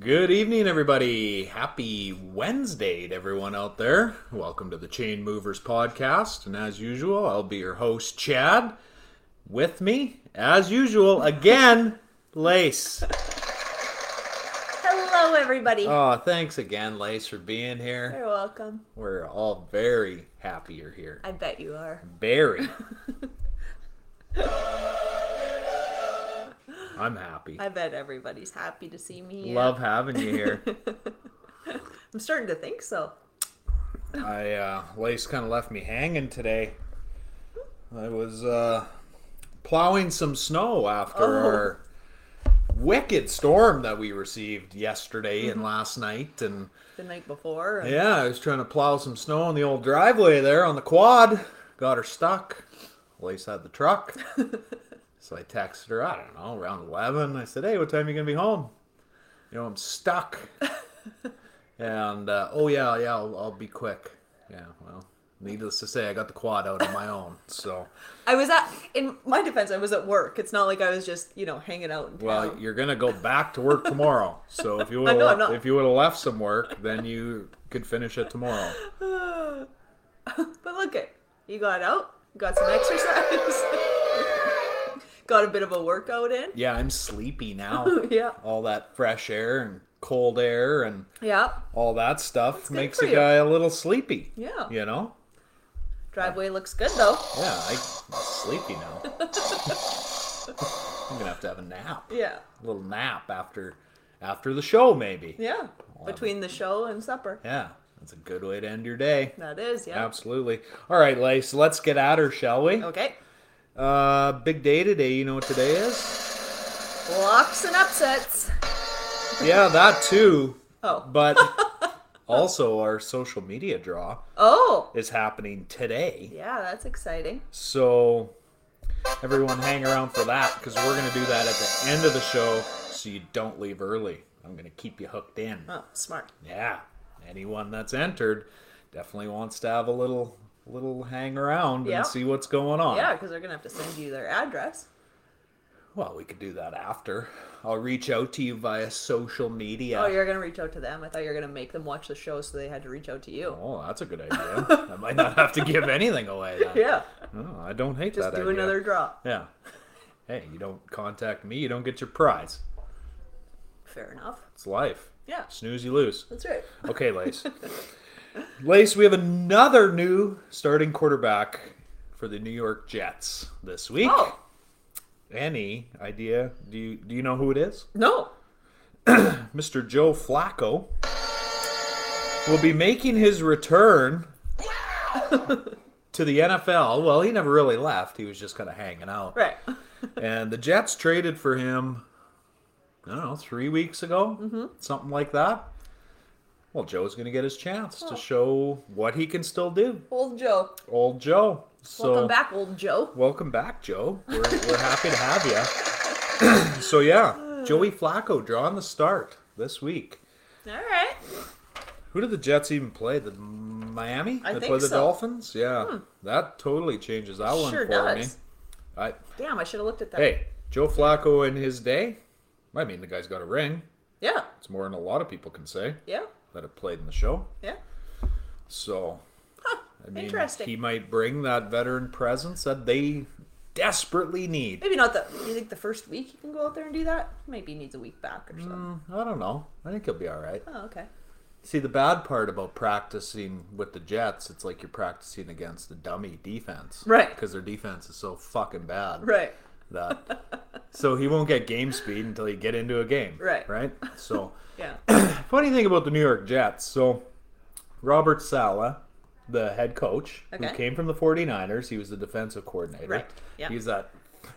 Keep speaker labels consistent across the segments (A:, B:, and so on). A: Good evening, everybody. Happy Wednesday to everyone out there. Welcome to the Chain Movers podcast. And as usual, I'll be your host, Chad. With me, as usual, again, Lace.
B: Hello, everybody.
A: Oh, thanks again, Lace, for being here.
B: You're welcome.
A: We're all very happy you're here.
B: I bet you are.
A: Very. I'm happy.
B: I bet everybody's happy to see me.
A: Love having you here.
B: I'm starting to think so.
A: I uh, lace kind of left me hanging today. I was uh, plowing some snow after our wicked storm that we received yesterday and last night, and
B: The night before. and-
A: yeah, I was trying to plow some snow in the old driveway there on the quad. Got her stuck. Lace had the truck. so I texted her, I don't know, around 11. I said, hey, what time are you going to be home? You know, I'm stuck. and, uh, oh, yeah, yeah, I'll, I'll be quick. Yeah, well, needless to say, I got the quad out on my own. So,
B: I was at, in my defense, I was at work. It's not like I was just, you know, hanging out. In
A: well,
B: town.
A: you're going to go back to work tomorrow. So if you would
B: know I'm
A: have
B: not.
A: if you would have left some work, then you could finish it tomorrow.
B: But look it. You got out, got some exercise, got a bit of a workout in.
A: Yeah, I'm sleepy now.
B: Yeah.
A: all that fresh air and cold air and
B: Yeah.
A: all that stuff
B: good
A: makes
B: for
A: a
B: you.
A: guy a little sleepy.
B: Yeah.
A: You know?
B: Driveway looks good, though.
A: Yeah, I, am sleepy now. I'm gonna have to have a nap.
B: Yeah.
A: A little nap after after the show maybe.
B: Yeah. Between the show and supper.
A: Yeah, That's a good way to end your day.
B: That is, yeah.
A: Absolutely. All right, Lace, let's get at her, shall we?
B: Okay.
A: Uh big day today, you know what today is?
B: Locks and upsets.
A: Yeah, that too.
B: Oh.
A: But also our social media draw
B: Oh.
A: is happening today.
B: Yeah, that's exciting.
A: So everyone hang around for that because we're going to do that at the end of the show so you don't leave early. I'm going to keep you hooked in.
B: Oh, smart.
A: Yeah. Anyone that's entered definitely wants to have a little little hang around
B: Yeah.
A: and see what's going on.
B: Yeah, because they're going to have to send you their address.
A: Well, we could do that after. I'll reach out to you via social media.
B: Oh, you're gonna reach out to them. I thought you were gonna make them watch the show, so they had to reach out to you.
A: Oh, that's a good idea. I might not have to give anything away then.
B: Yeah,
A: Oh, I don't hate
B: just
A: that
B: do
A: idea.
B: another draw.
A: Yeah. Hey, you don't contact me, you don't get your prize.
B: Fair enough.
A: It's life.
B: Yeah.
A: Snooze, you lose.
B: That's right.
A: Okay, Lace. Lace, we have another new starting quarterback for the New York Jets this week.
B: Oh
A: Any idea? Do you do you know who it is?
B: no!
A: Mr. Joe Flacco will be making his return to the NFL. Well, he never really left. He was just kind of hanging out.
B: Right.
A: And the Jets traded for him, I don't know, three weeks ago,
B: Mm-hmm.
A: something like that. Well, Joe's going to get his chance
B: Oh.
A: to show what he can still do.
B: Old Joe,
A: Old Joe. So,
B: welcome back, old Joe.
A: Welcome back, Joe. We're, we're happy to have you. so, yeah, Joey Flacco drawing the start this week.
B: All right.
A: Who did the Jets even play? The Miami?
B: I
A: they
B: think
A: play the
B: so. Hmm.
A: Dolphins? Yeah. That totally changes that one
B: Sure
A: for
B: does.
A: me. I,
B: Damn, I should have looked at that.
A: hey, Joe Flacco in his day. I mean, the guy's got a ring.
B: Yeah.
A: It's more than a lot of people can say
B: Yeah.
A: that have played in the show.
B: Yeah.
A: So, I mean,
B: Interesting.
A: he might bring that veteran presence that they desperately need.
B: Maybe not the. You think the first week you can go out there and do that? Maybe he needs a week back or something.
A: I don't know. I think he'll be all right.
B: Oh, okay.
A: See, the bad part about practicing with the Jets, it's like you're practicing against a dummy defense.
B: Right.
A: Because their defense is so fucking bad.
B: Right.
A: That so he won't get game speed until you get into a game.
B: Right.
A: Right? So,
B: Yeah.
A: funny thing about the New York Jets. So, Robert Sala, the head coach,
B: Okay.
A: who came from the 49ers, he was the defensive coordinator.
B: Right. Yeah.
A: He's that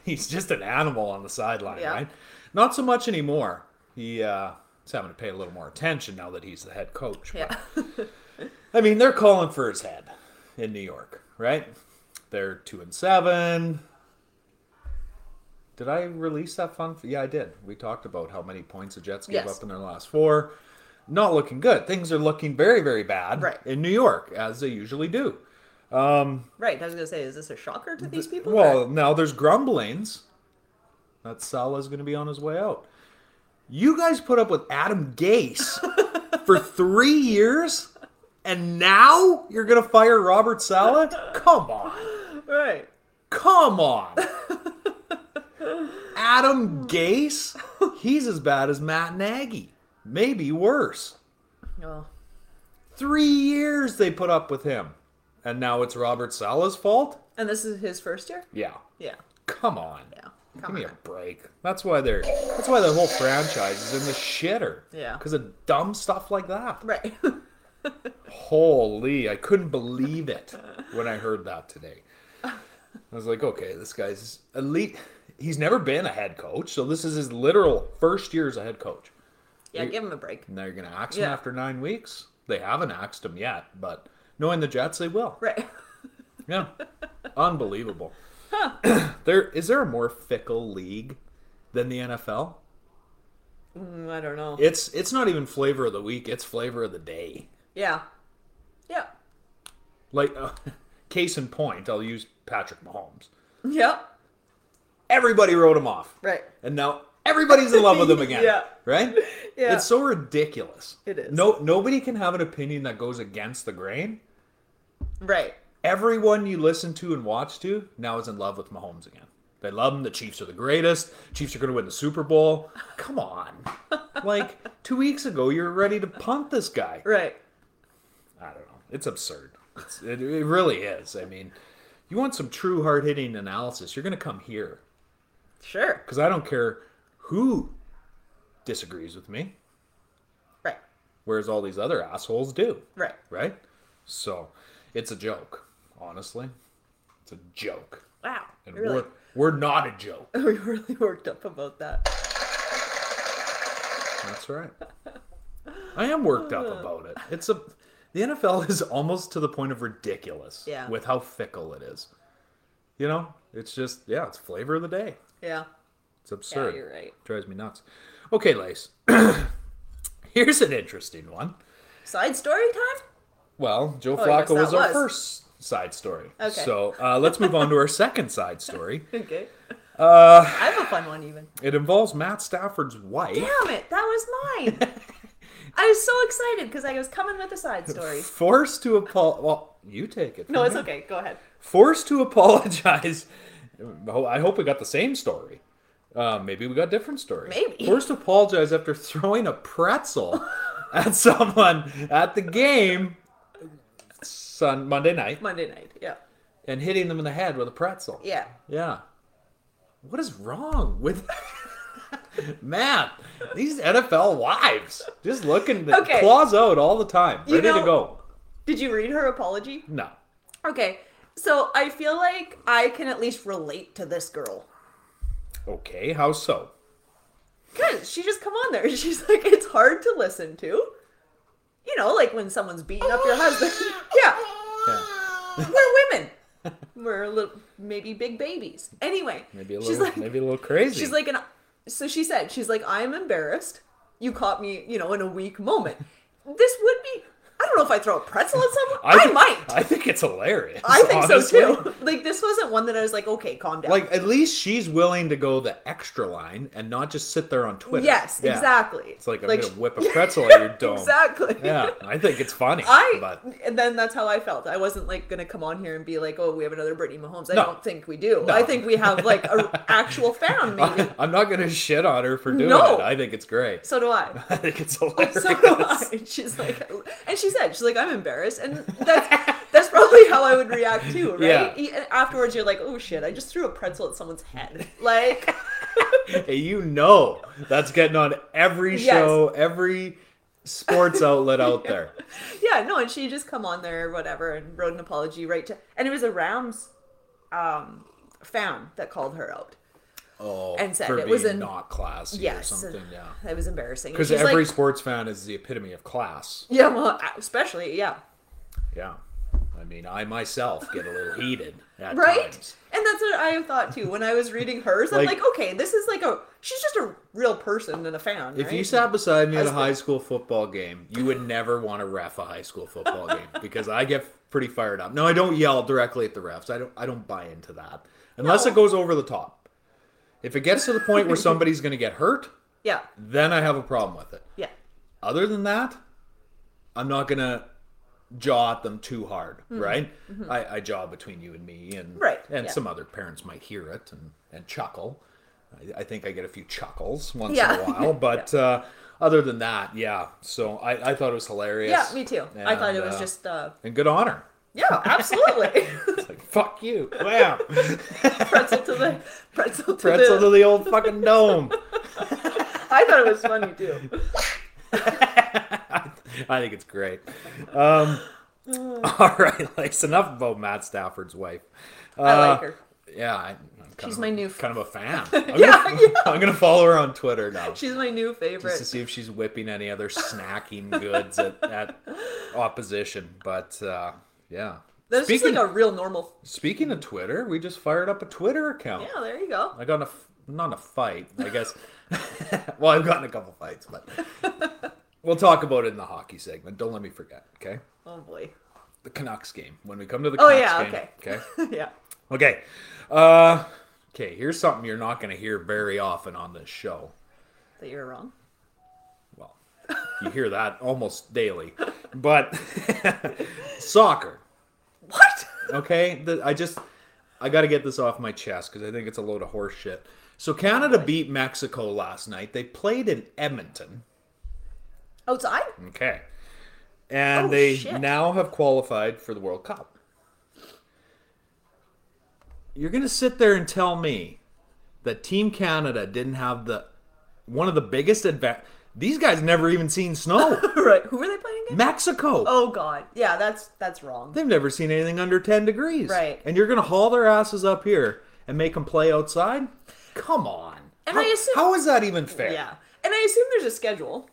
A: he's just an animal on the sideline,
B: Yeah.
A: right? Not so much anymore. He uh is having to pay a little more attention now that he's the head coach.
B: Yeah.
A: I mean, they're calling for his head in New York, right? They're two and seven. Did I release that fun? Yeah, I did. We talked about how many points the Jets gave
B: Yes.
A: up in their last four. Not looking good. Things are looking very, very bad
B: Right.
A: in New York, as they usually do.
B: Right. I was gonna say, is this a shocker to these people?
A: Well, now there's grumblings that Salah's going to be on his way out. You guys put up with Adam Gase for three years, and now you're going to fire Robert Salah? Come on.
B: right.
A: Come on. Adam Gase? He's as bad as Matt Nagy. Maybe worse.
B: Well,
A: Three years they put up with him. And now it's Robert Salah's fault?
B: and this is his first year.
A: Yeah.
B: Yeah.
A: Come on.
B: Yeah.
A: Give
B: Come
A: me
B: on.
A: a break. That's why they're. That's why the whole franchise is in the shitter.
B: Yeah.
A: Because of dumb stuff like that.
B: Right.
A: Holy! I couldn't believe it when I heard that today. I was like, okay, this guy's elite. He's never been a head coach, so this is his literal first year as a head coach.
B: yeah. Give him a break.
A: And they're gonna axe him
B: Yeah.
A: after nine weeks. They haven't axed him yet, but knowing the Jets, they will.
B: Right.
A: Yeah. Unbelievable. there is there a more fickle league than the NFL?
B: Mm, I don't know.
A: It's it's not even flavor of the week, it's flavor of the day.
B: Yeah. Yeah.
A: Like uh, case in point, I'll use Patrick Mahomes.
B: Yep.
A: Everybody wrote him off.
B: Right.
A: And now everybody's in love with him again.
B: Yeah.
A: Right?
B: Yeah.
A: It's so ridiculous.
B: It is.
A: No nobody can have an opinion that goes against the grain.
B: Right.
A: everyone you listen to and watch to now is in love with Mahomes again. They love him. The Chiefs are the greatest. Chiefs are going to win the Super Bowl. Come on. like two weeks ago, you were ready to punt this guy.
B: Right.
A: I don't know. It's absurd. It's, it, it really is. I mean, you want some true hard hitting analysis, you're going to come here
B: Sure.
A: because I don't care who disagrees with me,
B: Right.
A: whereas all these other assholes do.
B: Right.
A: Right? So it's a joke, honestly. It's a joke.
B: Wow.
A: And
B: really,
A: we're, we're not a joke.
B: we really worked up about that.
A: That's right. I am worked up about it. It's a the NFL is almost to the point of ridiculous
B: Yeah.
A: with how fickle it is. You know, it's just yeah, it's flavor of the day.
B: Yeah.
A: It's absurd.
B: you're right.
A: Drives me nuts. Okay, Lace. Here's an interesting one.
B: Side story time.
A: Well, Joe
B: Oh, yes,
A: Flacco was
B: that
A: our
B: was.
A: first side story.
B: Okay.
A: So uh, let's move on to our second side story.
B: Okay. Uh, I have a fun one even.
A: It involves Matt Stafford's wife.
B: Damn it, that was mine. I was so excited because I was coming with a side story.
A: Forced to apologize. Well, you take it.
B: No,
A: from
B: it's
A: here.
B: okay. Go ahead.
A: Forced to apologize. I hope we got the same story. Uh, maybe we got different story.
B: Maybe.
A: Forced to apologize after throwing a pretzel at someone at the game Sun Monday night
B: Monday night. Yeah.
A: and hitting them in the head with a pretzel.
B: Yeah.
A: Yeah. What is wrong with man? These NFL wives just looking to
B: Okay.
A: claws out all the time,
B: You
A: ready to
B: know-
A: go.
B: Did you read her apology?
A: No.
B: Okay. So I feel like I can at least relate to this girl.
A: Okay, how so?
B: Cause she just come on there. She's like, it's hard to listen to. You know, like when someone's beating up your husband. yeah. We're women. We're a little maybe big babies. Anyway.
A: Maybe a
B: she's
A: little
B: like,
A: maybe a little crazy.
B: She's like an so she said, she's like, I'm embarrassed. You caught me, you know, in a weak moment. This would be I don't know if I throw a pretzel at someone. I,
A: thi-
B: might. I,
A: I think it's hilarious.
B: think
A: honestly.
B: so too. Like this wasn't one that I was like, okay, calm down.
A: Like at least she's willing to go the extra line and not just sit there on Twitter.
B: Yes,
A: Yeah.
B: exactly.
A: It's like I'm
B: Like-
A: gonna whip a pretzel at your dome.
B: Exactly.
A: Yeah, I think it's funny.
B: I
A: but
B: and then that's how I felt. I wasn't like gonna come on here and be like, oh, we have another Brittany Mahomes. I
A: No.
B: don't think we do.
A: No.
B: I think we have like an actual fan meeting.
A: I'm not gonna shit on her for doing
B: No.
A: it. I think it's great.
B: So do I.
A: I think it's hilarious.
B: So do I. And she's like, and she said, she's like, I'm embarrassed, and that's that's probably probably how I would react too, right?
A: Yeah.
B: E- Afterwards, you're like, oh shit, I just threw a pretzel at someone's head. Like,
A: Hey, you know that's getting on every
B: Yes.
A: show, every sports outlet out there.
B: yeah, no, and she just come on there or whatever and wrote an apology right to, and it was a Rams um, fan that called her out.
A: Oh,
B: And said
A: for
B: it
A: being
B: was an-
A: not classy
B: Yes,
A: or something. Yeah,
B: it was embarrassing. And
A: because
B: she's like-
A: every sports fan is the epitome of class.
B: yeah, well, especially yeah,
A: Yeah, I mean, I myself get a little heated. At
B: right.
A: times.
B: And that's what I thought too when I was reading hers. I'm
A: Like-
B: like, okay, this is like a she's just a real person and a fan.
A: If you
B: right?
A: sat beside me at a
B: Husband.
A: high school football game, you would never want to ref a high school football game because I get pretty fired up. No, I don't yell directly at the refs. I don't. I don't buy into that unless it goes over the top. If it gets to the point where somebody's going to get hurt,
B: yeah,
A: then I have a problem with it.
B: yeah,
A: Other than that, I'm not going to jaw at them too hard, right? I, I jaw between you and me, and
B: Mm-hmm. Right,
A: and
B: yeah.
A: some other parents might hear it and and chuckle. I, I think I get a few chuckles once in
B: Yeah.
A: a while, but uh, other than that, yeah. So I, I thought it was hilarious.
B: yeah. Me too. I thought it
A: And,
B: was
A: uh,
B: just uh,
A: and good honor.
B: yeah, absolutely.
A: It's like fuck you, wow,
B: pretzel to the pretzel to
A: pretzel
B: the.
A: to the old fucking dome.
B: I thought it was funny too.
A: I think it's great. Um, all right, Lex. Enough about Matt Stafford's wife. Uh,
B: I like her.
A: Yeah, I, I'm kind
B: She's
A: of,
B: my new f-
A: kind of a fan. I'm gonna, I'm gonna follow her on Twitter now
B: She's my new favorite.
A: just to see if she's whipping any other snacking goods at, at opposition. But uh, yeah,
B: That's just
A: speaking
B: like a real normal.
A: speaking of Twitter, we just fired up a Twitter account.
B: Yeah, there you go.
A: I got in a f- not in a fight, I guess. well, I've gotten a couple fights, but we'll talk about it in the hockey segment. Don't let me forget. Okay,
B: Oh boy.
A: the Canucks game when we come to the
B: Oh,
A: Canucks
B: yeah,
A: game.
B: okay.
A: okay.
B: yeah.
A: Okay. Uh, okay, here's something you're not going to hear very often on this show.
B: That you're wrong.
A: Well, you hear that almost daily. But soccer,
B: What?
A: okay? The, I just, I got to get this off my chest because I think it's a load of horse shit. So Canada beat Mexico last night. They played in Edmonton.
B: Outside?
A: Okay. And
B: Oh,
A: they
B: shit.
A: now have qualified for the World Cup. You're going to sit there and tell me that Team Canada didn't have the one of the biggest advantage. These guys never even seen snow.
B: Right. Who were they playing against?
A: Mexico.
B: Oh god. Yeah, that's that's wrong.
A: They've never seen anything under 10 degrees.
B: Right.
A: And you're going to haul their asses up here and make them play outside? Come on.
B: And
A: how,
B: I assume-
A: how is that even fair?
B: Yeah. And I assume there's a schedule.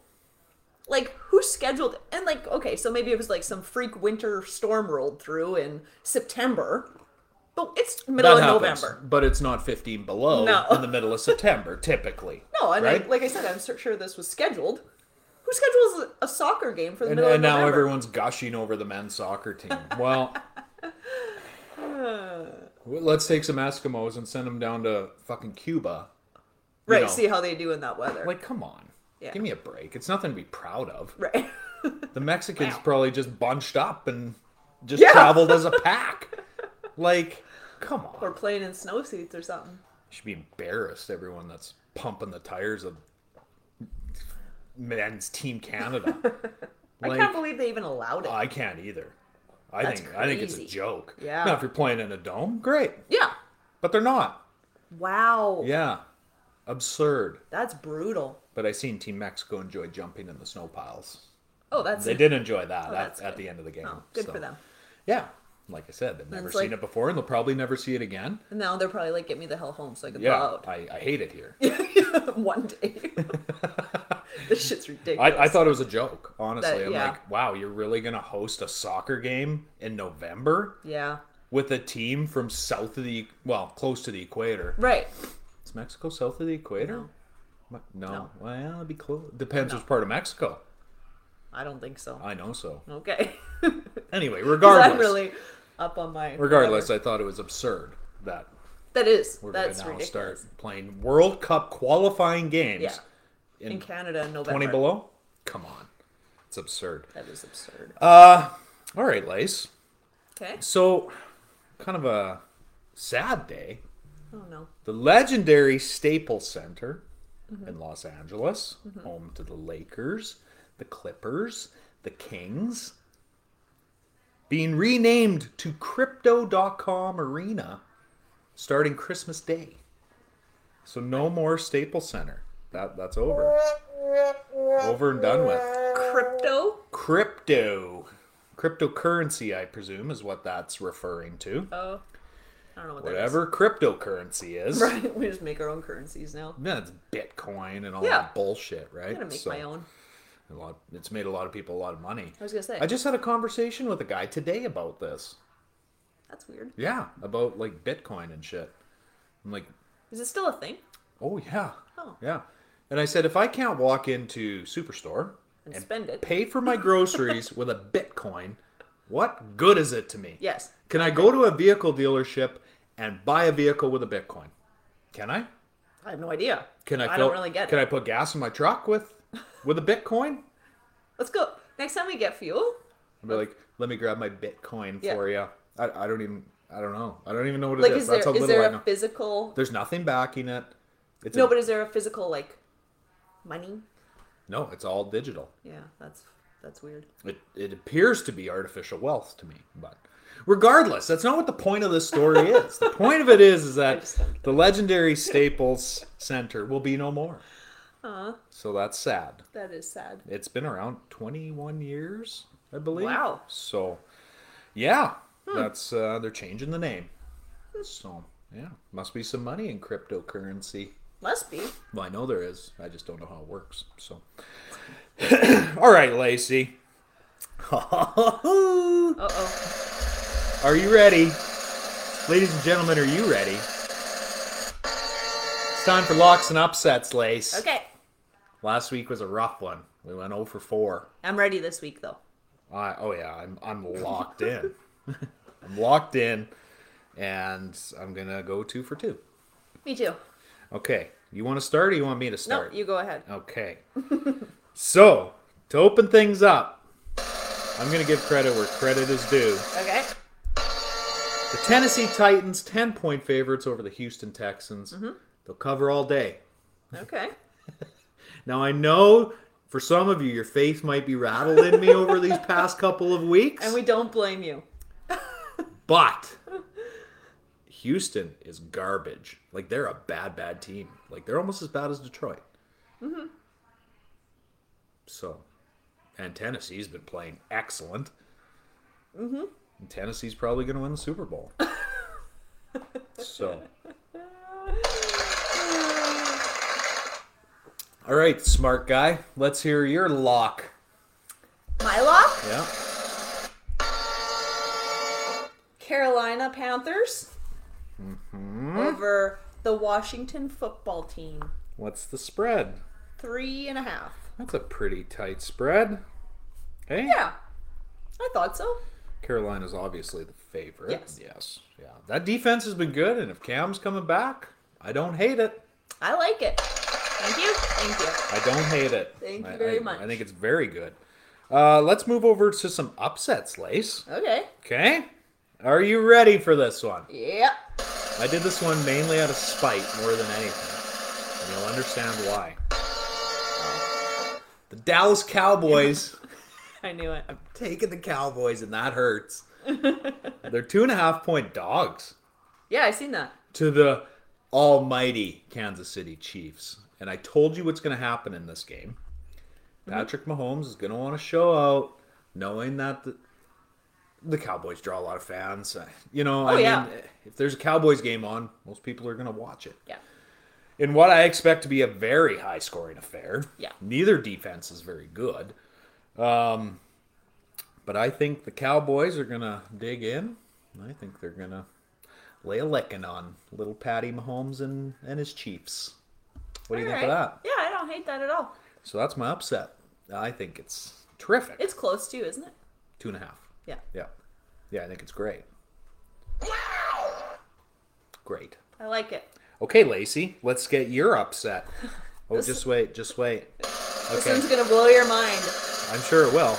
B: Like who scheduled and like okay, so maybe it was like some freak winter storm rolled through in September. But it's middle
A: That
B: of
A: happens,
B: November.
A: But it's not 15 below
B: No.
A: in the middle of September, typically.
B: No, and
A: right?
B: I, like I said, I'm sure this was scheduled. Who schedules a soccer game for the
A: and,
B: middle
A: and
B: of
A: now
B: November?
A: everyone's gushing over the men's soccer team. Well, w- let's take some Eskimos and send them down to fucking Cuba. you
B: right,
A: know.
B: see how they do in that weather.
A: Like, come on.
B: Yeah.
A: Give me a break. It's nothing to be proud of.
B: right.
A: The Mexicans probably just bunched up and just
B: Yeah.
A: traveled as a pack. Like, come on.
B: or playing in snow seats or something.
A: should be embarrassed. Everyone that's pumping the tires of men's team Canada.
B: I
A: Like-
B: can't believe they even allowed it.
A: I can't either. I
B: That's
A: think I think it's a
B: crazy.
A: joke.
B: Yeah.
A: Now if you're playing in a dome, great.
B: yeah.
A: But they're not.
B: Wow.
A: Yeah. Absurd.
B: That's brutal.
A: But I seen Team Mexico enjoy jumping in the snow piles.
B: Oh, that's
A: They did enjoy that at,
B: that's
A: at
B: good.
A: the end of the game.
B: Oh, good
A: so-
B: for them.
A: Yeah. Like I said, they've never
B: it's
A: seen
B: like-
A: it before and they'll probably never see it again.
B: And now they're probably like, "Get me the hell home so I can
A: Yeah.
B: blow out
A: I, I hate it here.
B: one day." this shit's ridiculous.
A: I, I thought it was a joke, honestly.
B: That-
A: I'm
B: yeah.
A: like, wow, you're really gonna host a soccer game in November
B: Yeah.
A: with a team from south of the well, close to the equator.
B: Right.
A: Is Mexico south of the equator? No. no. Well, it'd be close. Depends which part of Mexico.
B: I don't think so.
A: I know so.
B: Okay.
A: Anyway,
B: 'Cause
A: regardless.
B: I'm really up on my.
A: Regardless, I thought it was absurd that
B: that is
A: we're
B: that's
A: gonna now
B: ridiculous.
A: start playing World Cup qualifying games
B: Yeah.
A: in,
B: In Canada, in November.
A: twenty below. Come on, it's absurd.
B: That is absurd.
A: Uh, All right, Lace.
B: okay.
A: So, kind of a sad day.
B: Oh no.
A: The legendary Staples Center
B: Mm-hmm.
A: in Los Angeles, home to the Lakers, the Clippers, the Kings, being renamed to Crypto.com Arena starting Christmas Day. So no more Staples Center. That that's over. Over and done with.
B: Crypto?
A: Crypto. Cryptocurrency, I presume, is what that's referring to.
B: Oh. I don't know what
A: Whatever cryptocurrency is.
B: that is. Right. We just make our own currencies now.
A: Yeah, it's Bitcoin and all
B: Yeah.
A: that bullshit, right?
B: I'm gonna make
A: So-
B: my own.
A: a lot it's made a lot of people a lot of money
B: I was gonna say.
A: i just had a conversation with a guy today about this
B: That's weird.
A: yeah about like bitcoin and shit i'm like
B: Is it still a thing?
A: oh yeah
B: Oh.
A: yeah and i said if i can't walk into superstore
B: And spend it.
A: pay for my groceries with a bitcoin what good is it to me
B: Yes.
A: can i go to a vehicle dealership and buy a vehicle with a bitcoin can i
B: I have no idea.
A: can i,
B: I
A: fill-
B: don't really get
A: can
B: it.
A: i put gas in my truck with with a bitcoin
B: Let's go. Next time we get fuel,
A: I'd be like, let me grab my Bitcoin
B: Yeah.
A: for you. I, I don't even, I don't know. I don't even know what it is.
B: like, is there
A: That's how
B: is
A: little
B: there
A: I
B: a
A: know.
B: physical?
A: There's nothing backing it. It's
B: No,
A: a-
B: but is there a physical like money?
A: no, it's all digital.
B: Yeah, that's that's weird.
A: It, it appears to be artificial wealth to me, but regardless, that's not what the point of this story is. The point of it is, is that
B: just don't get
A: the legendary Staples Center will be no more. So that's sad.
B: That is sad.
A: It's been around 21 years, I believe.
B: Wow.
A: So, yeah, that's uh, they're changing the name. So, yeah, must be some money in cryptocurrency.
B: Must be.
A: Well, I know there is. I just don't know how it works. So, all right, Lacey. Are
B: Uh oh.
A: you ready? Ladies and gentlemen, are you ready? It's time for locks and upsets, Lace.
B: Okay,
A: Last week was a rough one. We went 0 for 4.
B: I'm ready this week though.
A: I, oh yeah, I'm I'm locked in. I'm locked in, and I'm gonna go two for two.
B: Me too.
A: Okay, you want to start, or you want me to
B: No,
A: start?
B: you go ahead.
A: Okay. so to open things up, I'm gonna give credit where credit is due.
B: Okay.
A: The Tennessee Titans, ten point favorites over the Houston Texans.
B: Mm-hmm.
A: They'll cover all day.
B: Okay.
A: Now I know for some of you, your faith might be rattled in me over these past couple of weeks.
B: And we don't blame you.
A: But Houston is garbage. Like they're a bad, bad team. Like they're almost as bad as Detroit. Mm-hmm. So, and Tennessee's been playing excellent. Mm-hmm. And Tennessee's probably going to win the Super Bowl. so. All right, smart guy. Let's hear your lock.
B: Mylock,
A: Yeah.
B: Carolina Panthers
A: Mm-hmm.
B: over the Washington football team.
A: What's the spread?
B: Three and a half.
A: That's a pretty tight spread. Hey?
B: Yeah. I thought so.
A: Carolina's obviously the favorite.
B: Yes.
A: Yes. Yeah. That defense has been good, and if Cam's coming back, I don't hate it.
B: I like it. Thank you. Thank you.
A: I don't hate it.
B: Thank you
A: I-
B: very
A: I-
B: much.
A: I think it's very good. Uh, let's move over to some upsets, Lace.
B: Okay.
A: Okay. Are you ready for this one?
B: Yep.
A: I did this one mainly out of spite more than anything. And you'll understand why. The Dallas Cowboys.
B: I knew it.
A: taking the Cowboys, and that hurts. They're two and a half point dogs
B: Yeah, I seen that.
A: to the almighty Kansas City Chiefs. And I told you what's going to happen in this game.
B: Mm-hmm.
A: Patrick Mahomes is going to want to show out, knowing that the, the Cowboys draw a lot of fans. You know, I
B: Oh, yeah.
A: mean, if there's a Cowboys game on, most people are going to watch it.
B: Yeah.
A: In what I expect to be a very high scoring affair.
B: Yeah.
A: Neither defense is very good. Um, but I think the Cowboys are going to dig in. I think they're going to lay a licking on little Patty Mahomes and, and his Chiefs. What do you think
B: Alright.
A: of that?
B: Yeah, I don't hate that at all.
A: So that's my upset. I think it's terrific.
B: It's close too, isn't it?
A: two and a half.
B: Yeah.
A: Yeah. Yeah, I think it's great. Great.
B: I like it.
A: Okay, Lacey, let's get your upset. Oh, just wait, just wait.
B: This
A: Okay.
B: one's gonna blow your mind.
A: I'm sure it will.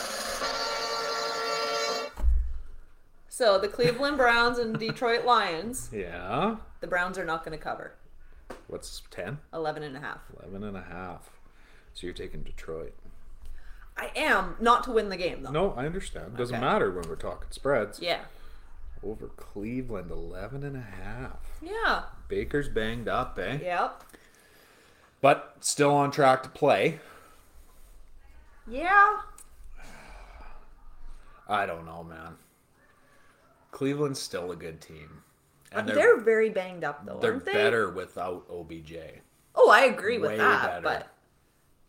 B: So the Cleveland Browns and Detroit Lions.
A: Yeah.
B: The Browns are not gonna cover.
A: What's 10?
B: 11 and a half.
A: 11 and a half. So you're taking Detroit.
B: I am not to win the game though.
A: No, I understand. Doesn't
B: Okay.
A: matter when we're talking spreads.
B: Yeah.
A: Over Cleveland, 11 and a half.
B: Yeah.
A: Baker's banged up, eh?
B: Yep.
A: But still on track to play.
B: Yeah.
A: I don't know, man. Cleveland's still a good team. And
B: They're,
A: they're,
B: very banged up though,
A: they're
B: aren't they?
A: better without OBJ.
B: Oh, I agree with
A: Way better.
B: that, but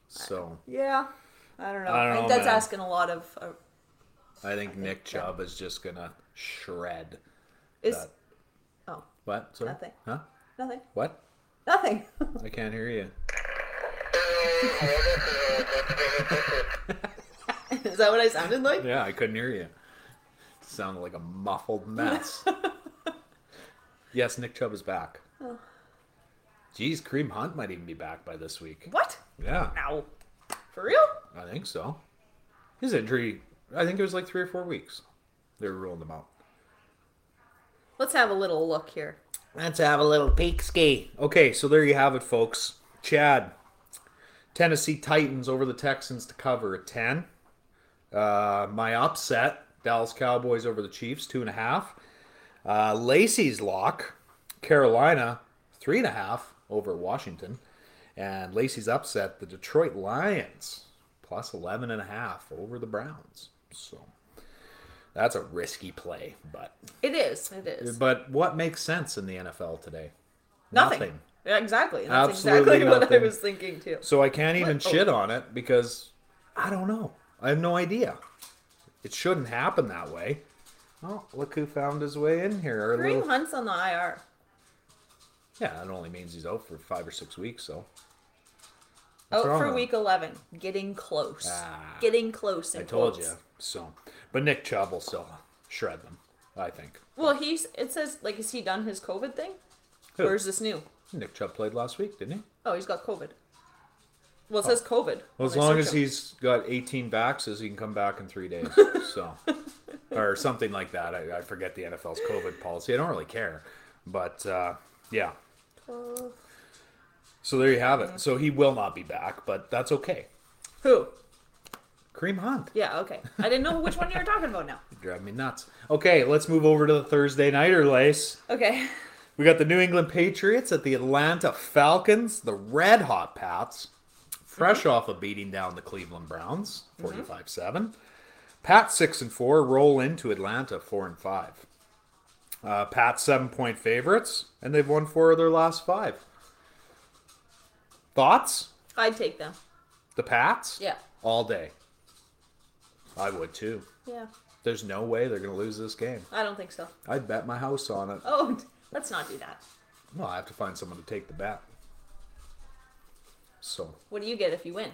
A: So
B: yeah. I don't know.
A: I
B: I,
A: don't
B: think
A: know,
B: that's
A: man.
B: asking a lot of uh,
A: I think Nick Chubb is just going to shred.
B: is
A: That-
B: oh,
A: What? Sorry?
B: Nothing.
A: Huh?
B: nothing.
A: What?
B: Nothing.
A: I can't hear you.
B: is that what I sounded like?
A: Yeah, I couldn't hear you. Sounded like a muffled mess. yes, Nick Chubb is back. Geez, Kareem Hunt might even be back by this week.
B: What?
A: Yeah,
B: Ow. For real?
A: I think so. His injury, I think it was like three or four weeks. They were ruling them out.
B: Let's have a little look here.
A: Let's have a little peek ski. Okay, so there you have it, folks. Chad, Tennessee Titans over the Texans to cover at 10. Uh, my upset, Dallas Cowboys over the Chiefs, 2.5. Uh, Lacey's lock, Carolina, 3.5 over Washington. And Lacey's upset, the Detroit Lions, plus 11.5 over the Browns. So that's a risky play, but
B: It is. It is.
A: but what makes sense in the NFL today?
B: nothing. Yeah, Exactly. That's
A: Absolutely
B: exactly what I
A: nothing.
B: was thinking too.
A: So I can't even
B: What? Oh.
A: shit on it because I don't know. I have no idea. It shouldn't happen that way. Oh, look who found his way in here. Our
B: Kareem
A: little-
B: Hunt's on the IR.
A: Yeah, that only means he's out for five or six weeks, so
B: Out
A: wrong
B: Oh, for
A: with him?
B: week 11. Getting close.
A: Ah.
B: Getting close.
A: I
B: in
A: told
B: quotes.
A: you. So, but Nick Chubb will still shred them, I think.
B: Well, he's. It says like, is he done his COVID thing?
A: Who?
B: Or is this new?
A: Nick Chubb played last week, didn't he?
B: Oh, he's got COVID. Well, it says COVID.
A: Oh. Well, as
B: when I
A: long
B: search
A: as
B: him.
A: he's got 18 vaxes, he can come back in three days. So, or something like that. I, I forget the NFL's COVID policy. I don't really care. But uh, yeah. So there you have it. So he will not be back, but that's okay.
B: Who?
A: Kareem Hunt.
B: Yeah. Okay. I didn't know which one you were talking about now.
A: You drive me nuts. Okay, let's move over to the Thursday Nighter, Lace.
B: Okay.
A: We got the New England Patriots at the Atlanta Falcons, the Red Hot Pats, fresh off of beating down the Cleveland Browns, 45 7. Pat 6 and 4, roll into Atlanta 4 and 5. Uh, Pat 7 point favorites, and they've won four of their last five. Thoughts?
B: I'd take them.
A: The Pats?
B: Yeah.
A: All day. I would too.
B: Yeah.
A: There's no way they're going to lose this game.
B: I don't think so.
A: I'd bet my house on it.
B: Oh, let's not do that.
A: Well, I have to find someone to take the bat. So
B: What do you get if you win?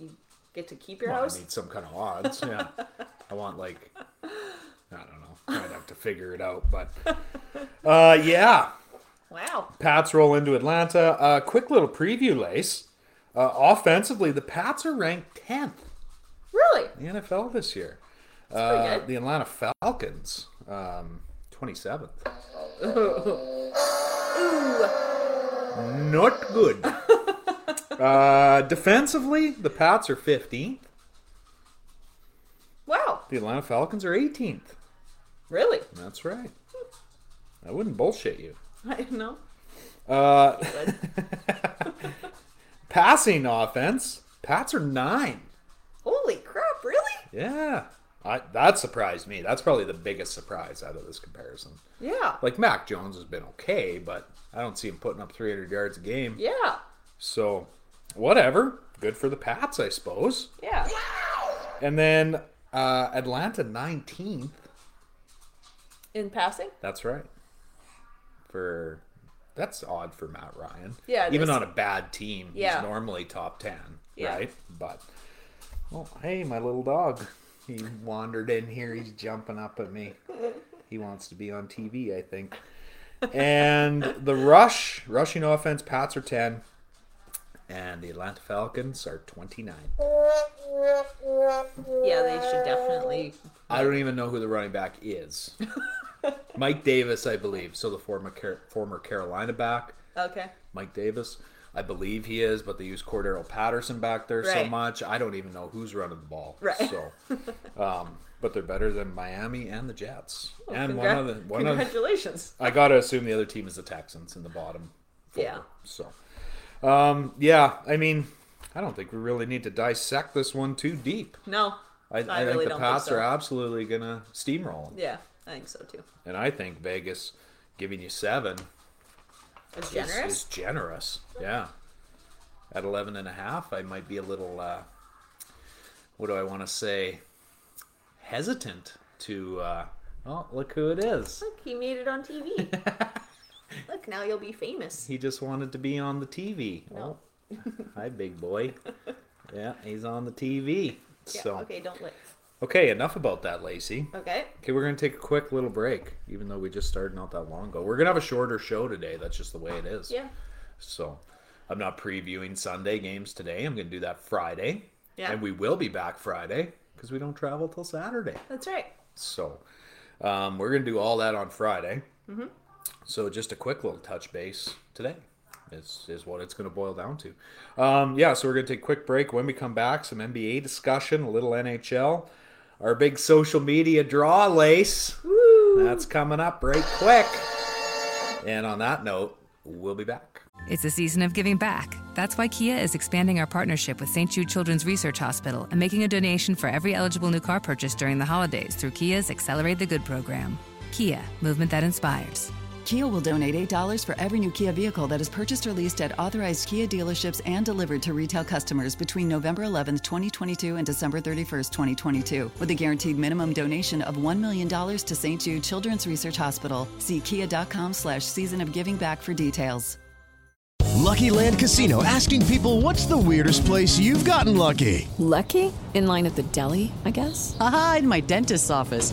B: You get to keep your
A: well, I
B: house.
A: need some kind of odds. Yeah, I want like I don't know. I'd have to figure it out. But uh, yeah,
B: Wow.
A: Pats roll into Atlanta. Uh, quick little preview, Lace. Uh, offensively, the Pats are ranked tenth
B: Really?
A: in the NFL this year.
B: pretty
A: Uh,
B: good.
A: the Atlanta Falcons, um, 27th. Not good. uh, defensively, the Pats are 15th.
B: Wow.
A: The Atlanta Falcons are 18th.
B: Really?
A: That's right. I wouldn't bullshit you.
B: I didn't know.
A: Uh, Passing offense, Pats are 9.
B: Holy crap! Really?
A: Yeah. I, that surprised me. That's probably the biggest surprise out of this comparison.
B: Yeah.
A: Like, Mac Jones has been okay, but I don't see him putting up 300 yards a game.
B: Yeah.
A: So, whatever. Good for the Pats, I suppose.
B: Yeah.
A: And then uh, Atlanta 19th.
B: In passing?
A: That's right. For that's odd for Matt Ryan.
B: Yeah, it
A: Even
B: is.
A: on a bad team,
B: Yeah.
A: he's normally top 10,
B: Yeah.
A: right? But well, hey, my little dog. He wandered in here. He's jumping up at me. He wants to be on TV, I think. And the rush, rushing offense, Pats are 10. And the Atlanta Falcons are 29.
B: Yeah, they should definitely.
A: I don't even know who the running back is. Mike Davis, I believe. So the former Car- former Carolina back,
B: Okay.
A: Mike Davis. I believe he is, but they use Cordero Patterson back there so
B: Right.
A: much. I don't even know who's running the ball.
B: Right.
A: So, um, but they're better than Miami and the Jets. and
B: Congra-
A: one of the one of the-
B: congratulations.
A: I gotta assume the other team is the Texans in the bottom. Four.
B: Yeah.
A: So, um, yeah, I mean, I don't think we really need to dissect this one too deep.
B: No,
A: I, I,
B: really
A: think the
B: don't
A: Pats
B: think so.
A: are absolutely gonna steamroll, 'em.
B: Yeah, I think so too.
A: and I think Vegas giving you seven
B: It's
A: is-
B: generous.
A: Is, generous. Yeah. At 11 and a half, I might be a little, uh, what do I want to say, hesitant to, uh, oh, look who it is.
B: Look, he made it on TV. Look, now you'll be famous.
A: He just wanted to be on the TV. Oh, hi, big boy. yeah, he's on the TV.
B: Yeah,
A: so,
B: okay, don't lick.
A: okay, enough about that, Lacey.
B: Okay.
A: Okay, we're gonna take a quick little break, even though we just started not that long ago. We're gonna have a shorter show today. That's just the way it is.
B: Yeah.
A: So I'm not previewing Sunday games today. I'm going to do that Friday.
B: Yeah.
A: And we will be back Friday because we don't travel till Saturday.
B: That's right.
A: So um, we're going to do all that on Friday. Mm-hmm. So just a quick little touch base today is, is what it's going to boil down to. Um, yeah, so we're going to take a quick break. When we come back, some NBA discussion, a little NHL, our big social media draw lace. That's coming up right quick. And on that note, we'll be back.
C: It's a season of giving back. That's why Kia is expanding our partnership with St. Jude Children's Research Hospital and making a donation for every eligible new car purchase during the holidays through Kia's Accelerate the Good program. Kia, movement that inspires.
D: Kia will donate $8 for every new Kia vehicle that is purchased or leased at authorized Kia dealerships and delivered to retail customers between November 11th, 2022 and December 31st, 2022, with a guaranteed minimum donation of $1 million to St. Jude Children's Research Hospital. See kia.com slash season of giving back for details.
E: Lucky Land Casino asking people what's the weirdest place you've gotten lucky?
F: Lucky? In line at the deli, I guess?
D: Aha, in my dentist's office.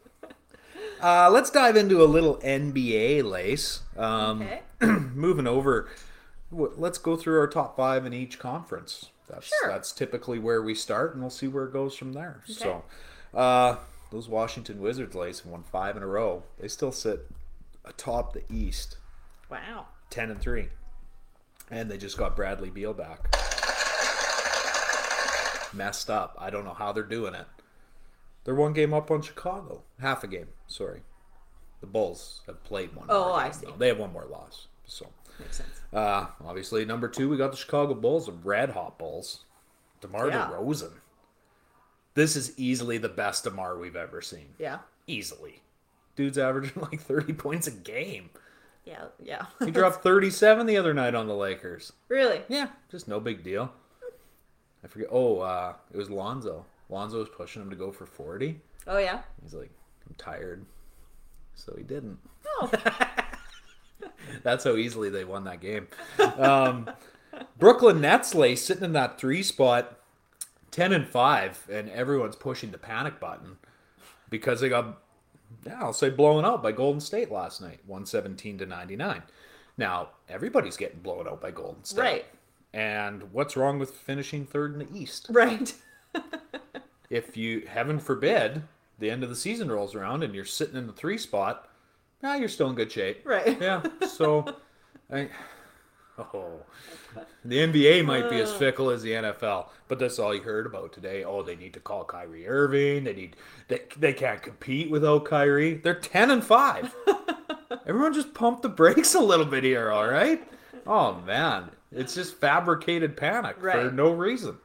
A: uh, let's dive into a little NBA, Lace. Um,
B: Okay.
A: Moving over, w- let's go through our top five in each conference. That's,
B: Sure.
A: that's typically where we start, and we'll see where it goes from there. So, uh, those Washington Wizards, Lace, won five in a row. They still sit atop the East,
B: Wow.
A: 10 and 3. And they just got Bradley Beal back. Messed up. I don't know how they're doing it. They're one game up on Chicago. Half a game, sorry. The Bulls have played one.
B: Oh,
A: more
B: I
A: game,
B: see.
A: though. They have one more loss. So,
B: Makes sense.
A: uh, obviously, number two, we got the Chicago Bulls, the red hot Bulls. DeMar
B: Yeah.
A: DeRozan. This is easily the best DeMar we've ever seen.
B: Yeah.
A: Easily. Dude's averaging like 30 points a game.
B: Yeah. Yeah.
A: He dropped 37 the other night on the Lakers.
B: really?
A: Yeah, just no big deal. I forget. Oh, uh, it was Lonzo. Lonzo was pushing him to go for 40.
B: Oh yeah.
A: He's like, I'm tired. So he didn't.
B: Oh.
A: That's how easily they won that game. Um, Brooklyn Nets lace sitting in that three spot, 10 and 5, and everyone's pushing the panic button because they got, yeah, I'll say, blown out by Golden State last night, 117 to 99. Now, everybody's getting blown out by Golden State.
B: Right.
A: And what's wrong with finishing third in the East?
B: Right.
A: if you heaven forbid the end of the season rolls around and you're sitting in the three spot now you're still in good shape
B: Right.
A: yeah so I, oh the nba might be as fickle as the nfl but that's all you heard about today oh they need to call kyrie irving they need they, they can't compete without kyrie they're 10 and 5 everyone just pump the brakes a little bit here all right oh man it's just fabricated panic for
B: Right.
A: no reason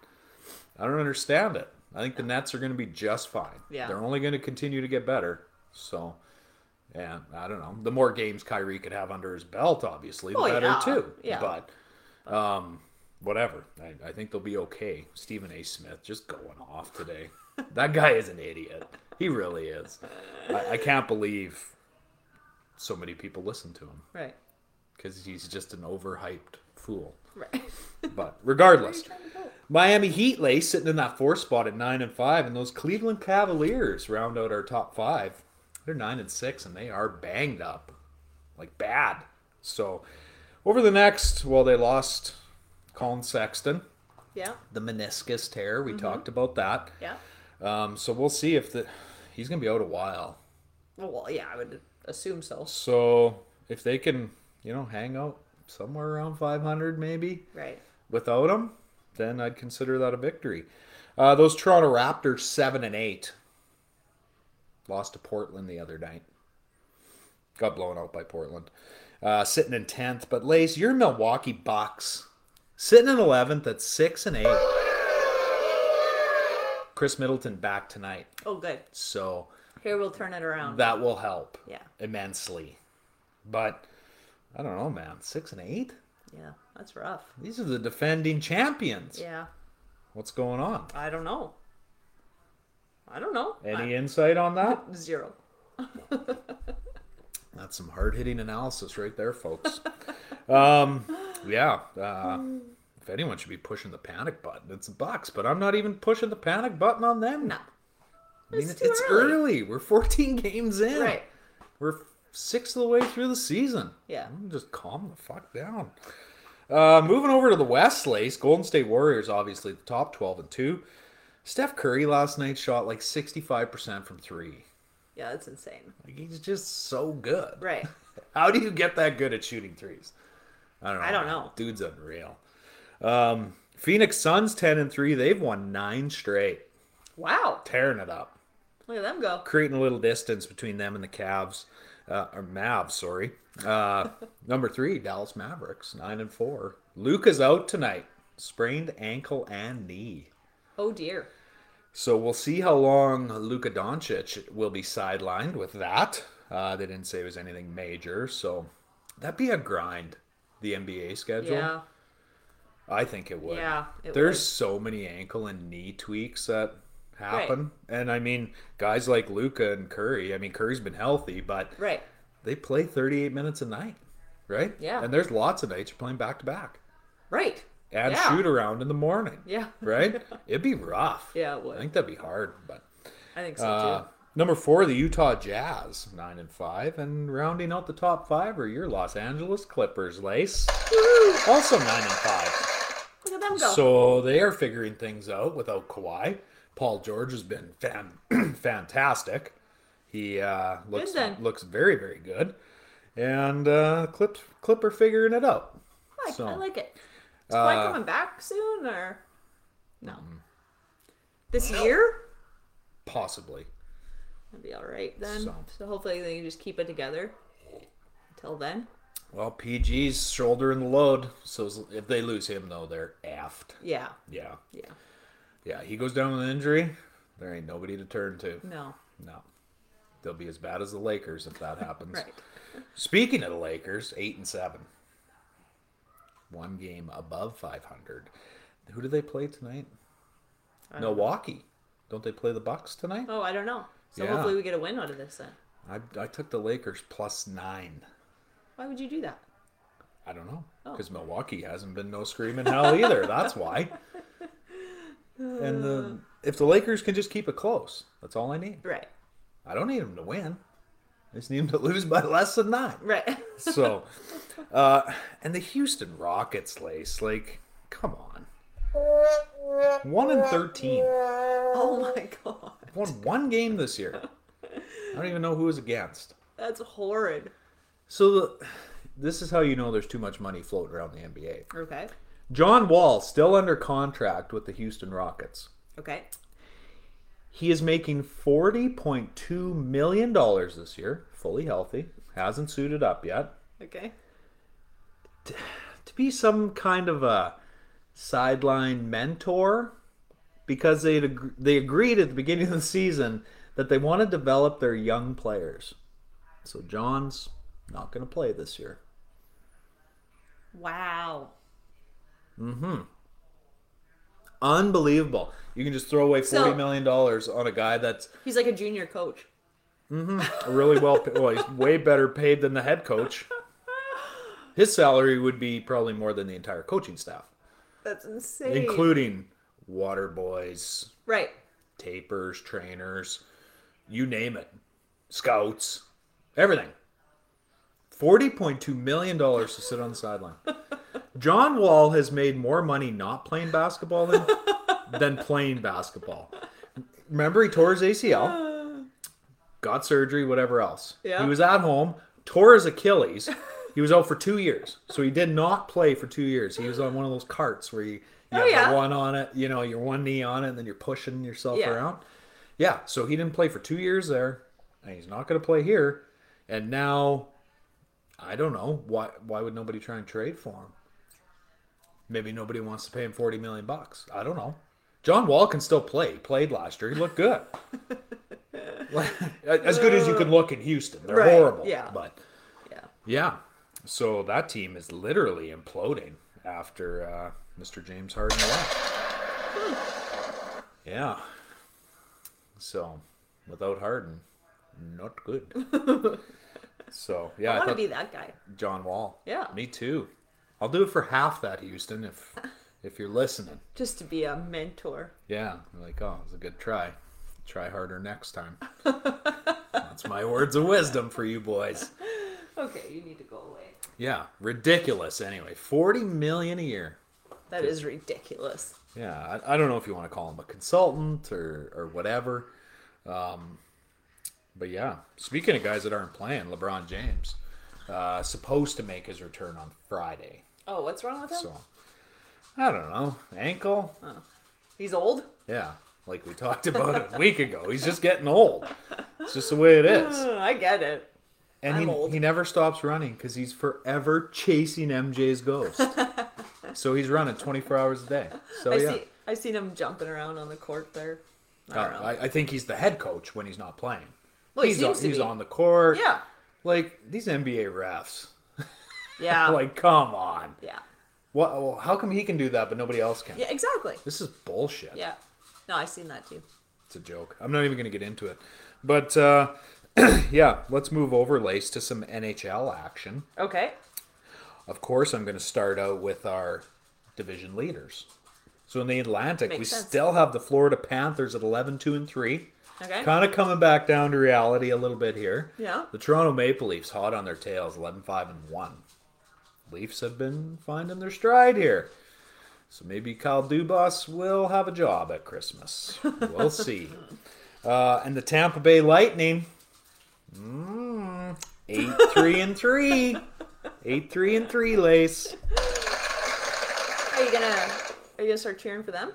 A: I don't understand it. I think the Nets are going to be just fine.
B: Yeah.
A: They're only going to continue to get better. So, yeah, I don't know. The more games Kyrie could have under his belt, obviously, the
B: Oh,
A: better
B: yeah.
A: too.
B: Yeah.
A: But, um, whatever. I, I think they'll be okay. Stephen A. Smith just going off today. that guy is an idiot. He really is. I, I can't believe so many people listen to him.
B: Right.
A: because he's just an overhyped fool.
B: Right.
A: But regardless, Miami Heat Lace sitting in that fourth spot at nine and five, and those Cleveland Cavaliers round out our top five. They're nine and six, and they are banged up, like bad. So over the next, well, they lost Colin Sexton,
B: Yeah.
A: the meniscus tear. We talked about that.
B: Yeah.
A: Um, so we'll see if the he's gonna be out a while.
B: Well, yeah, I would assume so.
A: So if they can, you know, hang out somewhere around 500 maybe
B: Right.
A: without him, then I'd consider that a victory. Uh, those Toronto Raptors seven and eight lost to Portland the other night. Got blown out by Portland. Uh, sitting in tenth, but Lace, your Milwaukee Bucks sitting in eleventh at six and eight. Chris Middleton back tonight,
B: Oh, good.
A: so
B: Here we'll turn it around.
A: that will help
B: Yeah.
A: immensely. But I don't know, man. Six and eight?
B: yeah, that's rough.
A: These are the defending champions.
B: Yeah,
A: What's going on?
B: I don't know. I don't know.
A: Any insight on that?
B: I- zero.
A: That's some hard hitting analysis right there, folks. um, yeah. Uh, if anyone should be pushing the panic button, it's the Bucks. But I'm not even pushing the panic button on them.
B: No.
A: I mean,
B: It's
A: it's,
B: too early.
A: early. We're 14 games in.
B: Right.
A: We're sixth of the way through the season.
B: Yeah.
A: I'm just calm the fuck down. Uh, moving over to the West Lace, Golden State Warriors, obviously the top 12 and 2. Steph Curry last night shot like 65% from three.
B: Yeah, that's insane.
A: Like, he's just so good.
B: Right.
A: How do you get that good at shooting threes? I don't know.
B: I don't
A: man.
B: know.
A: Dude's unreal. Um, Phoenix Suns 10 and 3. They've won nine straight,
B: Wow.
A: tearing it up
B: Look at them go.
A: creating a little distance between them and the Cavs, uh, or Mavs, sorry. Uh, number three, Dallas Mavericks, nine and four. Luca's out tonight, sprained ankle and knee.
B: Oh dear.
A: So we'll see how long Luka Doncic will be sidelined with that. Uh, they didn't say it was anything major, so that'd be a grind. The NBA schedule,
B: Yeah.
A: I think it would.
B: Yeah, it
A: There's
B: would.
A: so many ankle and knee tweaks that happen, and I mean, guys like Luca and Curry. I mean, Curry's been healthy, but
B: Right.
A: they play 38 minutes a night, right?
B: Yeah.
A: And there's lots of nights you're playing back to back
B: Right.
A: and
B: Yeah.
A: shoot around in the morning.
B: Yeah.
A: Right? It'd be rough.
B: Yeah, it would.
A: I think that'd be hard, but
B: I think so
A: uh,
B: too.
A: number four, the Utah Jazz, nine and five, and rounding out the top five are your Los Angeles Clippers, Lace, also nine and five.
B: Look at them go.
A: So they are figuring things out without Kawhi. Paul George has been fan- fantastic. He uh, looks
B: then.
A: looks very very good, and uh, Clip Clipper figuring it out.
B: I, like-
A: so- uh,
B: I like it. Is Kawhi coming back soon or no?
A: mm.
B: This year?
A: Possibly.
B: That'd be all right then. So.
A: So.
B: hopefully they can just keep it together until then.
A: Well, PG's shouldering the load. So if they lose him though, they're aft.
B: Yeah.
A: Yeah.
B: Yeah.
A: Yeah, he goes down with an injury. There ain't nobody to turn to.
B: No.
A: No. They'll be as bad as the Lakers if that happens.
B: Right.
A: Speaking of the Lakers, 8 and 7. One game above 500. Who do they play tonight? Milwaukee. Don't they play the Bucks tonight?
B: Oh, I don't know. So
A: Yeah.
B: hopefully we get a win out of this then.
A: I, I took the Lakers plus 9.
B: Why would you do that?
A: I don't know. Because Milwaukee hasn't been no screaming hell either. That's why. And the, if the Lakers can just keep it close, that's all I need.
B: Right.
A: I don't need them to win. I just need them to lose by less than nine.
B: Right.
A: So, uh, and the Houston Rockets, Lace, like, come on. One and thirteen.
B: oh my god.
A: Won one game this year. I don't even know who was against.
B: That's horrid.
A: So the, this is how you know there's too much money floating around the NBA.
B: Okay.
A: John Wall still under contract with the Houston Rockets.
B: Okay.
A: He is making $40.2 million this year, fully healthy, hasn't suited up yet.
B: Okay.
A: To be some kind of a sideline mentor because they ag- they agreed at the beginning of the season that they want to develop their young players. So John's not going to play this year.
B: Wow.
A: Unbelievable. You can just throw away
B: So-
A: forty million dollars on a guy that's
B: He's like a junior coach.
A: really well well he's way better paid than the head coach His salary would be probably more than the entire coaching staff,
B: That's insane.
A: including water boys,
B: right.
A: tapers, trainers, you name it, scouts, everything. $40.2 million to sit on the sideline. John Wall has made more money not playing basketball than, than playing basketball. Remember, he tore his ACL, got surgery, whatever else.
B: Yeah.
A: He was at home, tore his Achilles. He was out for two years. So he did not play for two years. He was on one of those carts where you, you have the
B: Oh, yeah.
A: one on it, you know, your one knee on it, and then you're pushing yourself
B: Yeah.
A: around. Yeah, so he didn't play for two years there, and he's not going to play here. And now, I don't know why. Why would nobody try and trade for him? Maybe nobody wants to pay him forty million bucks. I don't know. John Wall can still play. He played last year. He looked good. as good as you can look in Houston. They're
B: Right,
A: horrible.
B: yeah.
A: But
B: Yeah.
A: yeah. So that team is literally imploding after uh, Mr. James Harden left.
B: Hmm.
A: yeah. So without Harden, not good. so yeah,
B: I want to
A: thought-
B: be that guy.
A: John Wall.
B: Yeah.
A: Me too. I'll do it for half that, Houston, if if you're listening.
B: Just to be a mentor.
A: Yeah. I'm like, oh, it was a good try. Try harder next time. That's my words of wisdom for you boys.
B: Okay, you need to go away.
A: Yeah. Ridiculous anyway. Forty million a year.
B: That is ridiculous.
A: Yeah. I, I don't know if you want to call him a consultant or or whatever. Um but yeah. Speaking of guys that aren't playing, LeBron James. Uh supposed to make his return on Friday.
B: Oh, what's wrong with him?
A: So I don't know. Ankle?
B: He's old.
A: Yeah, like we talked about a week ago. He's just getting old. It's just the way it is.
B: Oh, I get it.
A: And
B: I'm
A: he,
B: old.
A: he never stops running because he's forever chasing MJ's ghost. so he's running 24 hours a day. So
B: I
A: Oh, yeah. Oh,
B: see. I seen him jumping around on the court there.
A: I, don't know. I, I think he's the head coach when he's not playing.
B: Well, he
A: he's
B: seems
A: on,
B: to
A: he's
B: be.
A: on the court.
B: Yeah.
A: Like these NBA refs.
B: Yeah.
A: Like come on.
B: yeah.
A: What, well, how come he can do that but nobody else can?
B: Yeah. Exactly.
A: This is bullshit.
B: Yeah. No, I seen that too.
A: It's a joke. I'm not even going to get into it. But uh, yeah, let's move over, Lace, to some NHL action.
B: Okay.
A: Of course, I'm going to start out with our division leaders. So in the Atlantic,
B: Makes
A: we
B: sense.
A: still have the Florida Panthers at 11, 2, and 3.
B: Okay.
A: Kind of coming back down to reality a little bit here.
B: Yeah.
A: The Toronto Maple Leafs hot on their tails, 11, 5, and 1. Leafs have been finding their stride here. So maybe Kyle Dubas will have a job at Christmas. We'll see. Uh, and the Tampa Bay Lightning, mm, 8, 3, and 3. 8, 3, and 3, Lace.
B: Are you gonna Are you gonna start cheering for them?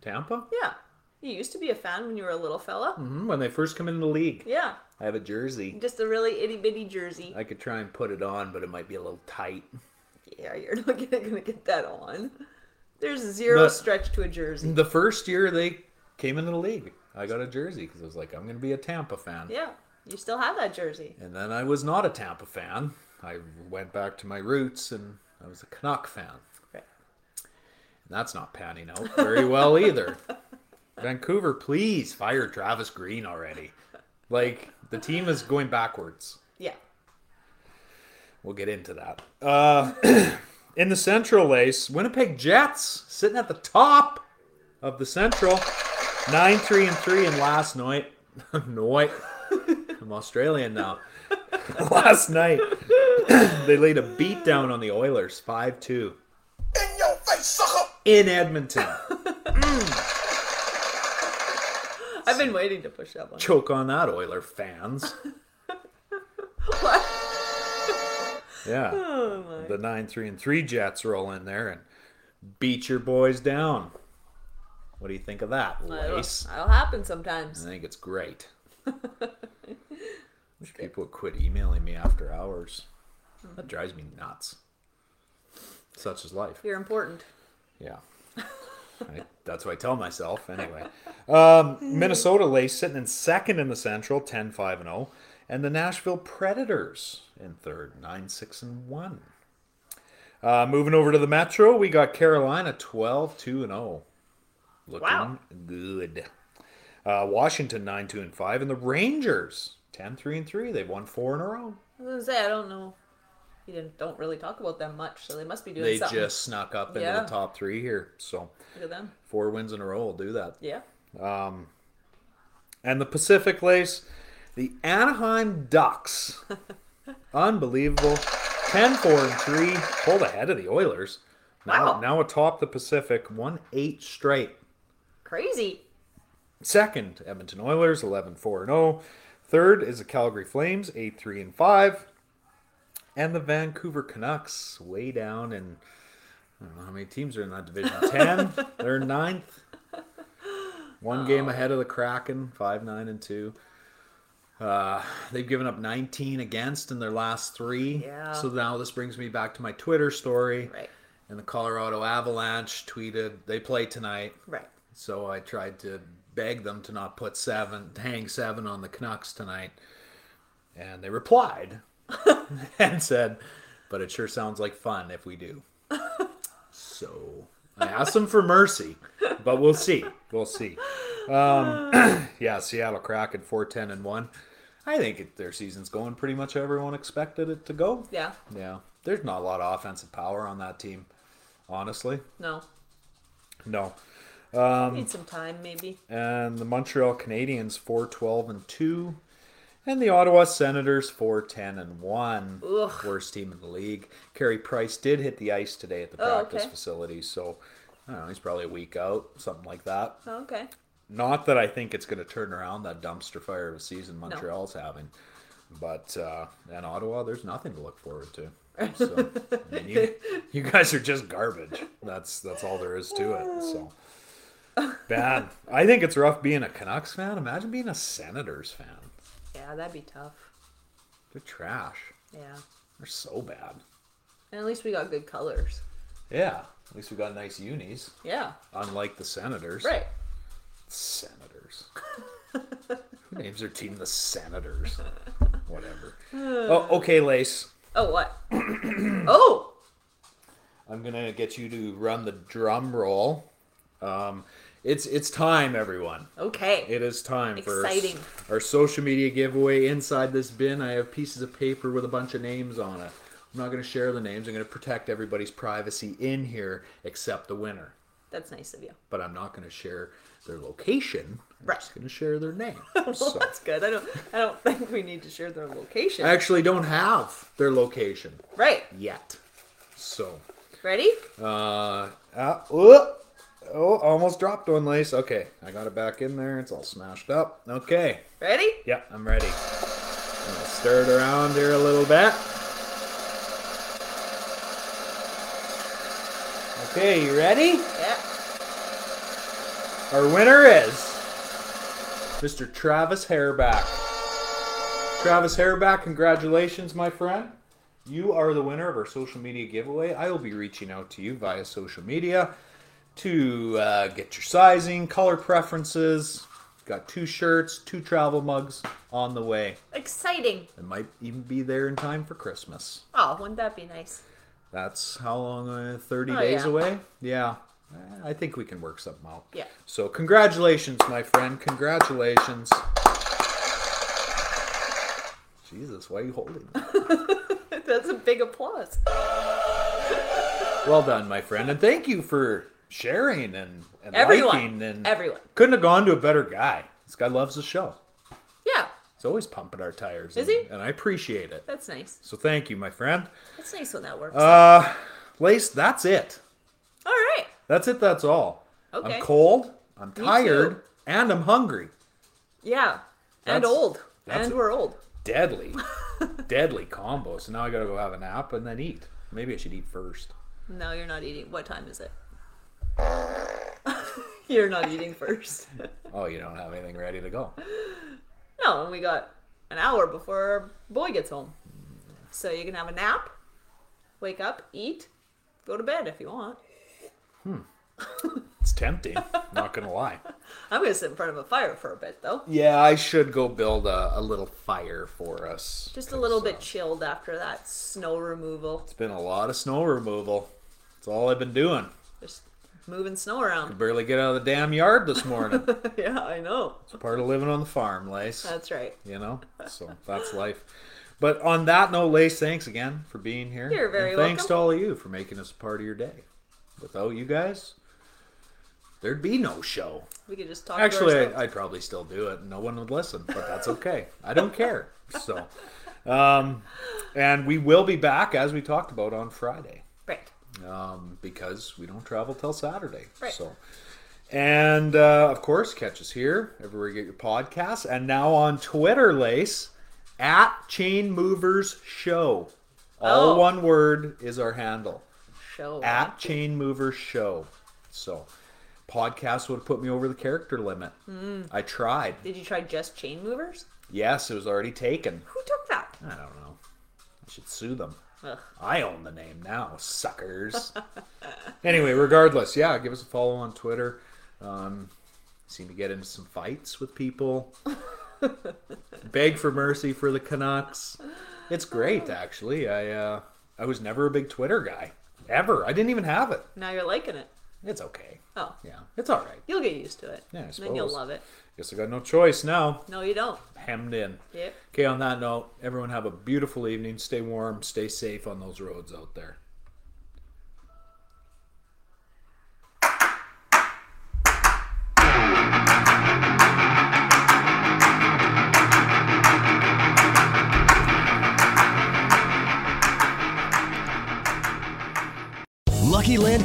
A: Tampa?
B: Yeah. You used to be a fan when you were a little fella.
A: Mm, When they first come into the league,
B: Yeah.
A: I have a jersey.
B: Just a really itty bitty jersey.
A: I could try and put it on, but it might be a little tight.
B: Yeah, you're not gonna, gonna get that on. There's zero
A: But-
B: stretch to a jersey.
A: The first year they came into the league, I got a jersey because I was like, I'm going to be a Tampa fan.
B: Yeah. You still have that jersey.
A: And then I was not a Tampa fan. I went back to my roots and I was a Canuck fan.
B: Right.
A: And that's not panning out very well either. Vancouver, please fire Travis Green already. Like, the team is going backwards.
B: Yeah.
A: We'll get into that. Uh, in the Central Ace, Winnipeg Jets sitting at the top of the Central, nine three and three. And last night, night, I'm Australian now. last night, they laid a beat down on the Oilers, five two. In Edmonton,
B: I've been waiting to push that one.
A: choke on that, Oiler fans.
B: What?
A: Yeah, the nine three and three Jets roll in there and beat your boys down. What do you think of that,
B: That'll,
A: Lace?
B: that'll happen sometimes.
A: I think it's great. Wish people would quit emailing me after hours. That drives me nuts. Such is life.
B: You're important.
A: Yeah. I, that's what I tell myself anyway. Um, Minnesota Lace sitting in second in the Central, 10 5 and 0. And the Nashville Predators in third, 9 6 and 1. Uh, moving over to the Metro, we got Carolina 12 2 and 0. Looking
B: Wow.
A: good. Uh, Washington 9 2 and 5. And the Rangers 10 3 and 3. They've won four in a row.
B: I was gonna say I don't know You didn't don't really talk about them much, so they must be doing
A: They
B: something.
A: just snuck up into
B: Yeah.
A: the top three here. So
B: Look at them.
A: four wins in a row will do that.
B: Yeah.
A: And the Pacific Lace, the Anaheim Ducks. Unbelievable. 10 4 and 3. Pulled ahead of the Oilers. Now,
B: Wow.
A: now atop the Pacific, 1 8 straight.
B: Crazy.
A: Second, Edmonton Oilers, 11 4 and 0. Third is the Calgary Flames, 8 3 and 5. And the Vancouver Canucks, way down in, I don't know how many teams are in that division. 10. They're ninth. One game ahead of the Kraken, 5 9 and 2. Uh, they've given up 19 against in their last three.
B: Yeah.
A: So now this brings me back to my Twitter story.
B: Right.
A: And the Colorado Avalanche tweeted, they play tonight.
B: Right.
A: So I tried to beg them to not put seven, hang seven on the Canucks tonight. And they replied and said, but it sure sounds like fun if we do. so I asked them for mercy, but we'll see. We'll see. Um, yeah, Seattle Kraken 410 and 1. I think it, their season's going pretty much how everyone expected it to go.
B: Yeah.
A: Yeah. There's not a lot of offensive power on that team, honestly.
B: No.
A: No. Um,
B: Need some time maybe.
A: and the Montreal Canadiens 412 and 2 and the Ottawa Senators 410 and 1 worst team in the league. Carey Price did hit the ice today at the
B: Oh,
A: practice
B: okay.
A: facility, so I don't know, he's probably a week out, something like that.
B: Oh, Okay.
A: Not that I think it's going to turn around that dumpster fire of a season Montreal's having. But uh, in Ottawa, there's nothing to look forward to. So, I mean, you, you guys are just garbage. That's that's all there is to it. So bad. I think it's rough being a Canucks fan. Imagine being a Senators fan.
B: Yeah, that'd be tough.
A: They're trash.
B: Yeah.
A: They're so bad.
B: And at least we got good colors.
A: Yeah. At least we got nice unis,
B: Yeah.
A: unlike the Senators.
B: Right.
A: Senators. Who names their team the Senators? Whatever. Oh, okay, Lace.
B: Oh what? oh.
A: I'm gonna get you to run the drum roll. Um, it's it's time, everyone.
B: Okay.
A: It is time for
B: Exciting.
A: our social media giveaway. Inside this bin, I have pieces of paper with a bunch of names on it. I'm not gonna share the names. I'm gonna protect everybody's privacy in here except the winner.
B: That's nice of you.
A: But I'm not gonna share their location. I'm
B: Right.
A: just gonna share their name.
B: Well,
A: So-
B: that's good. I don't I don't think we need to share their location.
A: I actually don't have their location
B: right.
A: yet. So
B: Ready?
A: Uh, uh, oh, oh, almost dropped one, Lace. Okay, I got it back in there. It's all smashed up. Okay.
B: Ready?
A: Yeah, I'm ready. I'm gonna stir it around here a little bit. Okay, you ready?
B: Yeah.
A: Our winner is Mr. Travis Hairback. Travis Hairback, congratulations, my friend. You are the winner of our social media giveaway. I will be reaching out to you via social media to uh, get your sizing, color preferences. Got two shirts, two travel mugs on the way.
B: Exciting.
A: It might even be there in time for Christmas.
B: Oh, wouldn't that be nice?
A: That's how long? Uh, 30
B: Oh,
A: days
B: yeah.
A: away? Yeah. Eh, I think we can work something out.
B: Yeah.
A: So, congratulations, my friend. Congratulations. Jesus, why are you holding? that?
B: That's a big applause.
A: well done, my friend. And thank you for sharing and, and
B: Everyone.
A: liking. And
B: Everyone.
A: Couldn't have gone to a better guy. This guy loves the show.
B: Yeah.
A: He's always pumping our tires.
B: Is
A: and,
B: he?
A: And I appreciate it.
B: That's nice.
A: So, thank you, my friend.
B: That's nice when that works.
A: Uh, Lace, that's it.
B: All right.
A: That's it. That's all.
B: Okay.
A: I'm cold. I'm
B: too.
A: tired, and I'm hungry.
B: Yeah.
A: That's-
B: And old.
A: that's
B: And
A: it.
B: we're old.
A: Deadly, deadly combo. So now I gotta go have a nap and then eat. Maybe I should eat first.
B: No, you're not eating. What time is it? you're not eating first.
A: Oh, you don't have anything ready to go.
B: No, and we got an hour before our boy gets home. So you can have a nap, wake up, eat, go to bed if you want.
A: It's tempting. not gonna lie.
B: I'm going to sit in front of a fire for a bit, though.
A: Yeah, I should go build a, a little fire for us.
B: Just a little bit chilled after that snow removal.
A: It's been a lot of snow removal. That's all I've been doing.
B: Just moving snow around.
A: Barely get out of the damn yard this morning. it's
B: yeah, I know.
A: part of living on the farm, Lace.
B: That's right.
A: you know so that's life But on that note, Lace, thanks again for being here.
B: You're very
A: and Thanks
B: welcome.
A: to all of you for making us a part of your day. Without you guys, there'd be no show.
B: We could just talk.
A: Actually,
B: to ourselves.
A: I, I'd probably still do it. and No one would listen, but that's okay. I don't care. So, um, and we will be back as we talked about on Friday
B: right.
A: um, because we don't travel till Saturday.
B: Right.
A: So, and uh, of course, catch us here everywhere you get your podcasts, and now on Twitter, Lace at Chain Movers Show. All
B: Oh.
A: one word is our handle
B: Show
A: at Chain Movers Show. So, podcast would have put me over the character limit.
B: Hmm.
A: I tried.
B: Did you try just chain movers?
A: Yes, it was already taken.
B: Who took that?
A: I don't know. I should sue them.
B: Ugh.
A: I own the name now, suckers. anyway, regardless, yeah, give us a follow on Twitter. Um, seem to get into some fights with people. Beg for mercy for the Canucks. It's great, actually. I uh, I was never a big Twitter guy ever. I didn't even have it.
B: Now you're liking it.
A: It's okay.
B: Oh,
A: Yeah, it's all right.
B: you'll get used to it.
A: Yeah, I
B: And then you'll
A: suppose.
B: love it.
A: Guess I got no choice now.
B: No, you don't.
A: Hemmed in.
B: Yep.
A: Okay, on that note, everyone have a beautiful evening. Stay warm, stay safe on those roads out there.
E: Lucky Land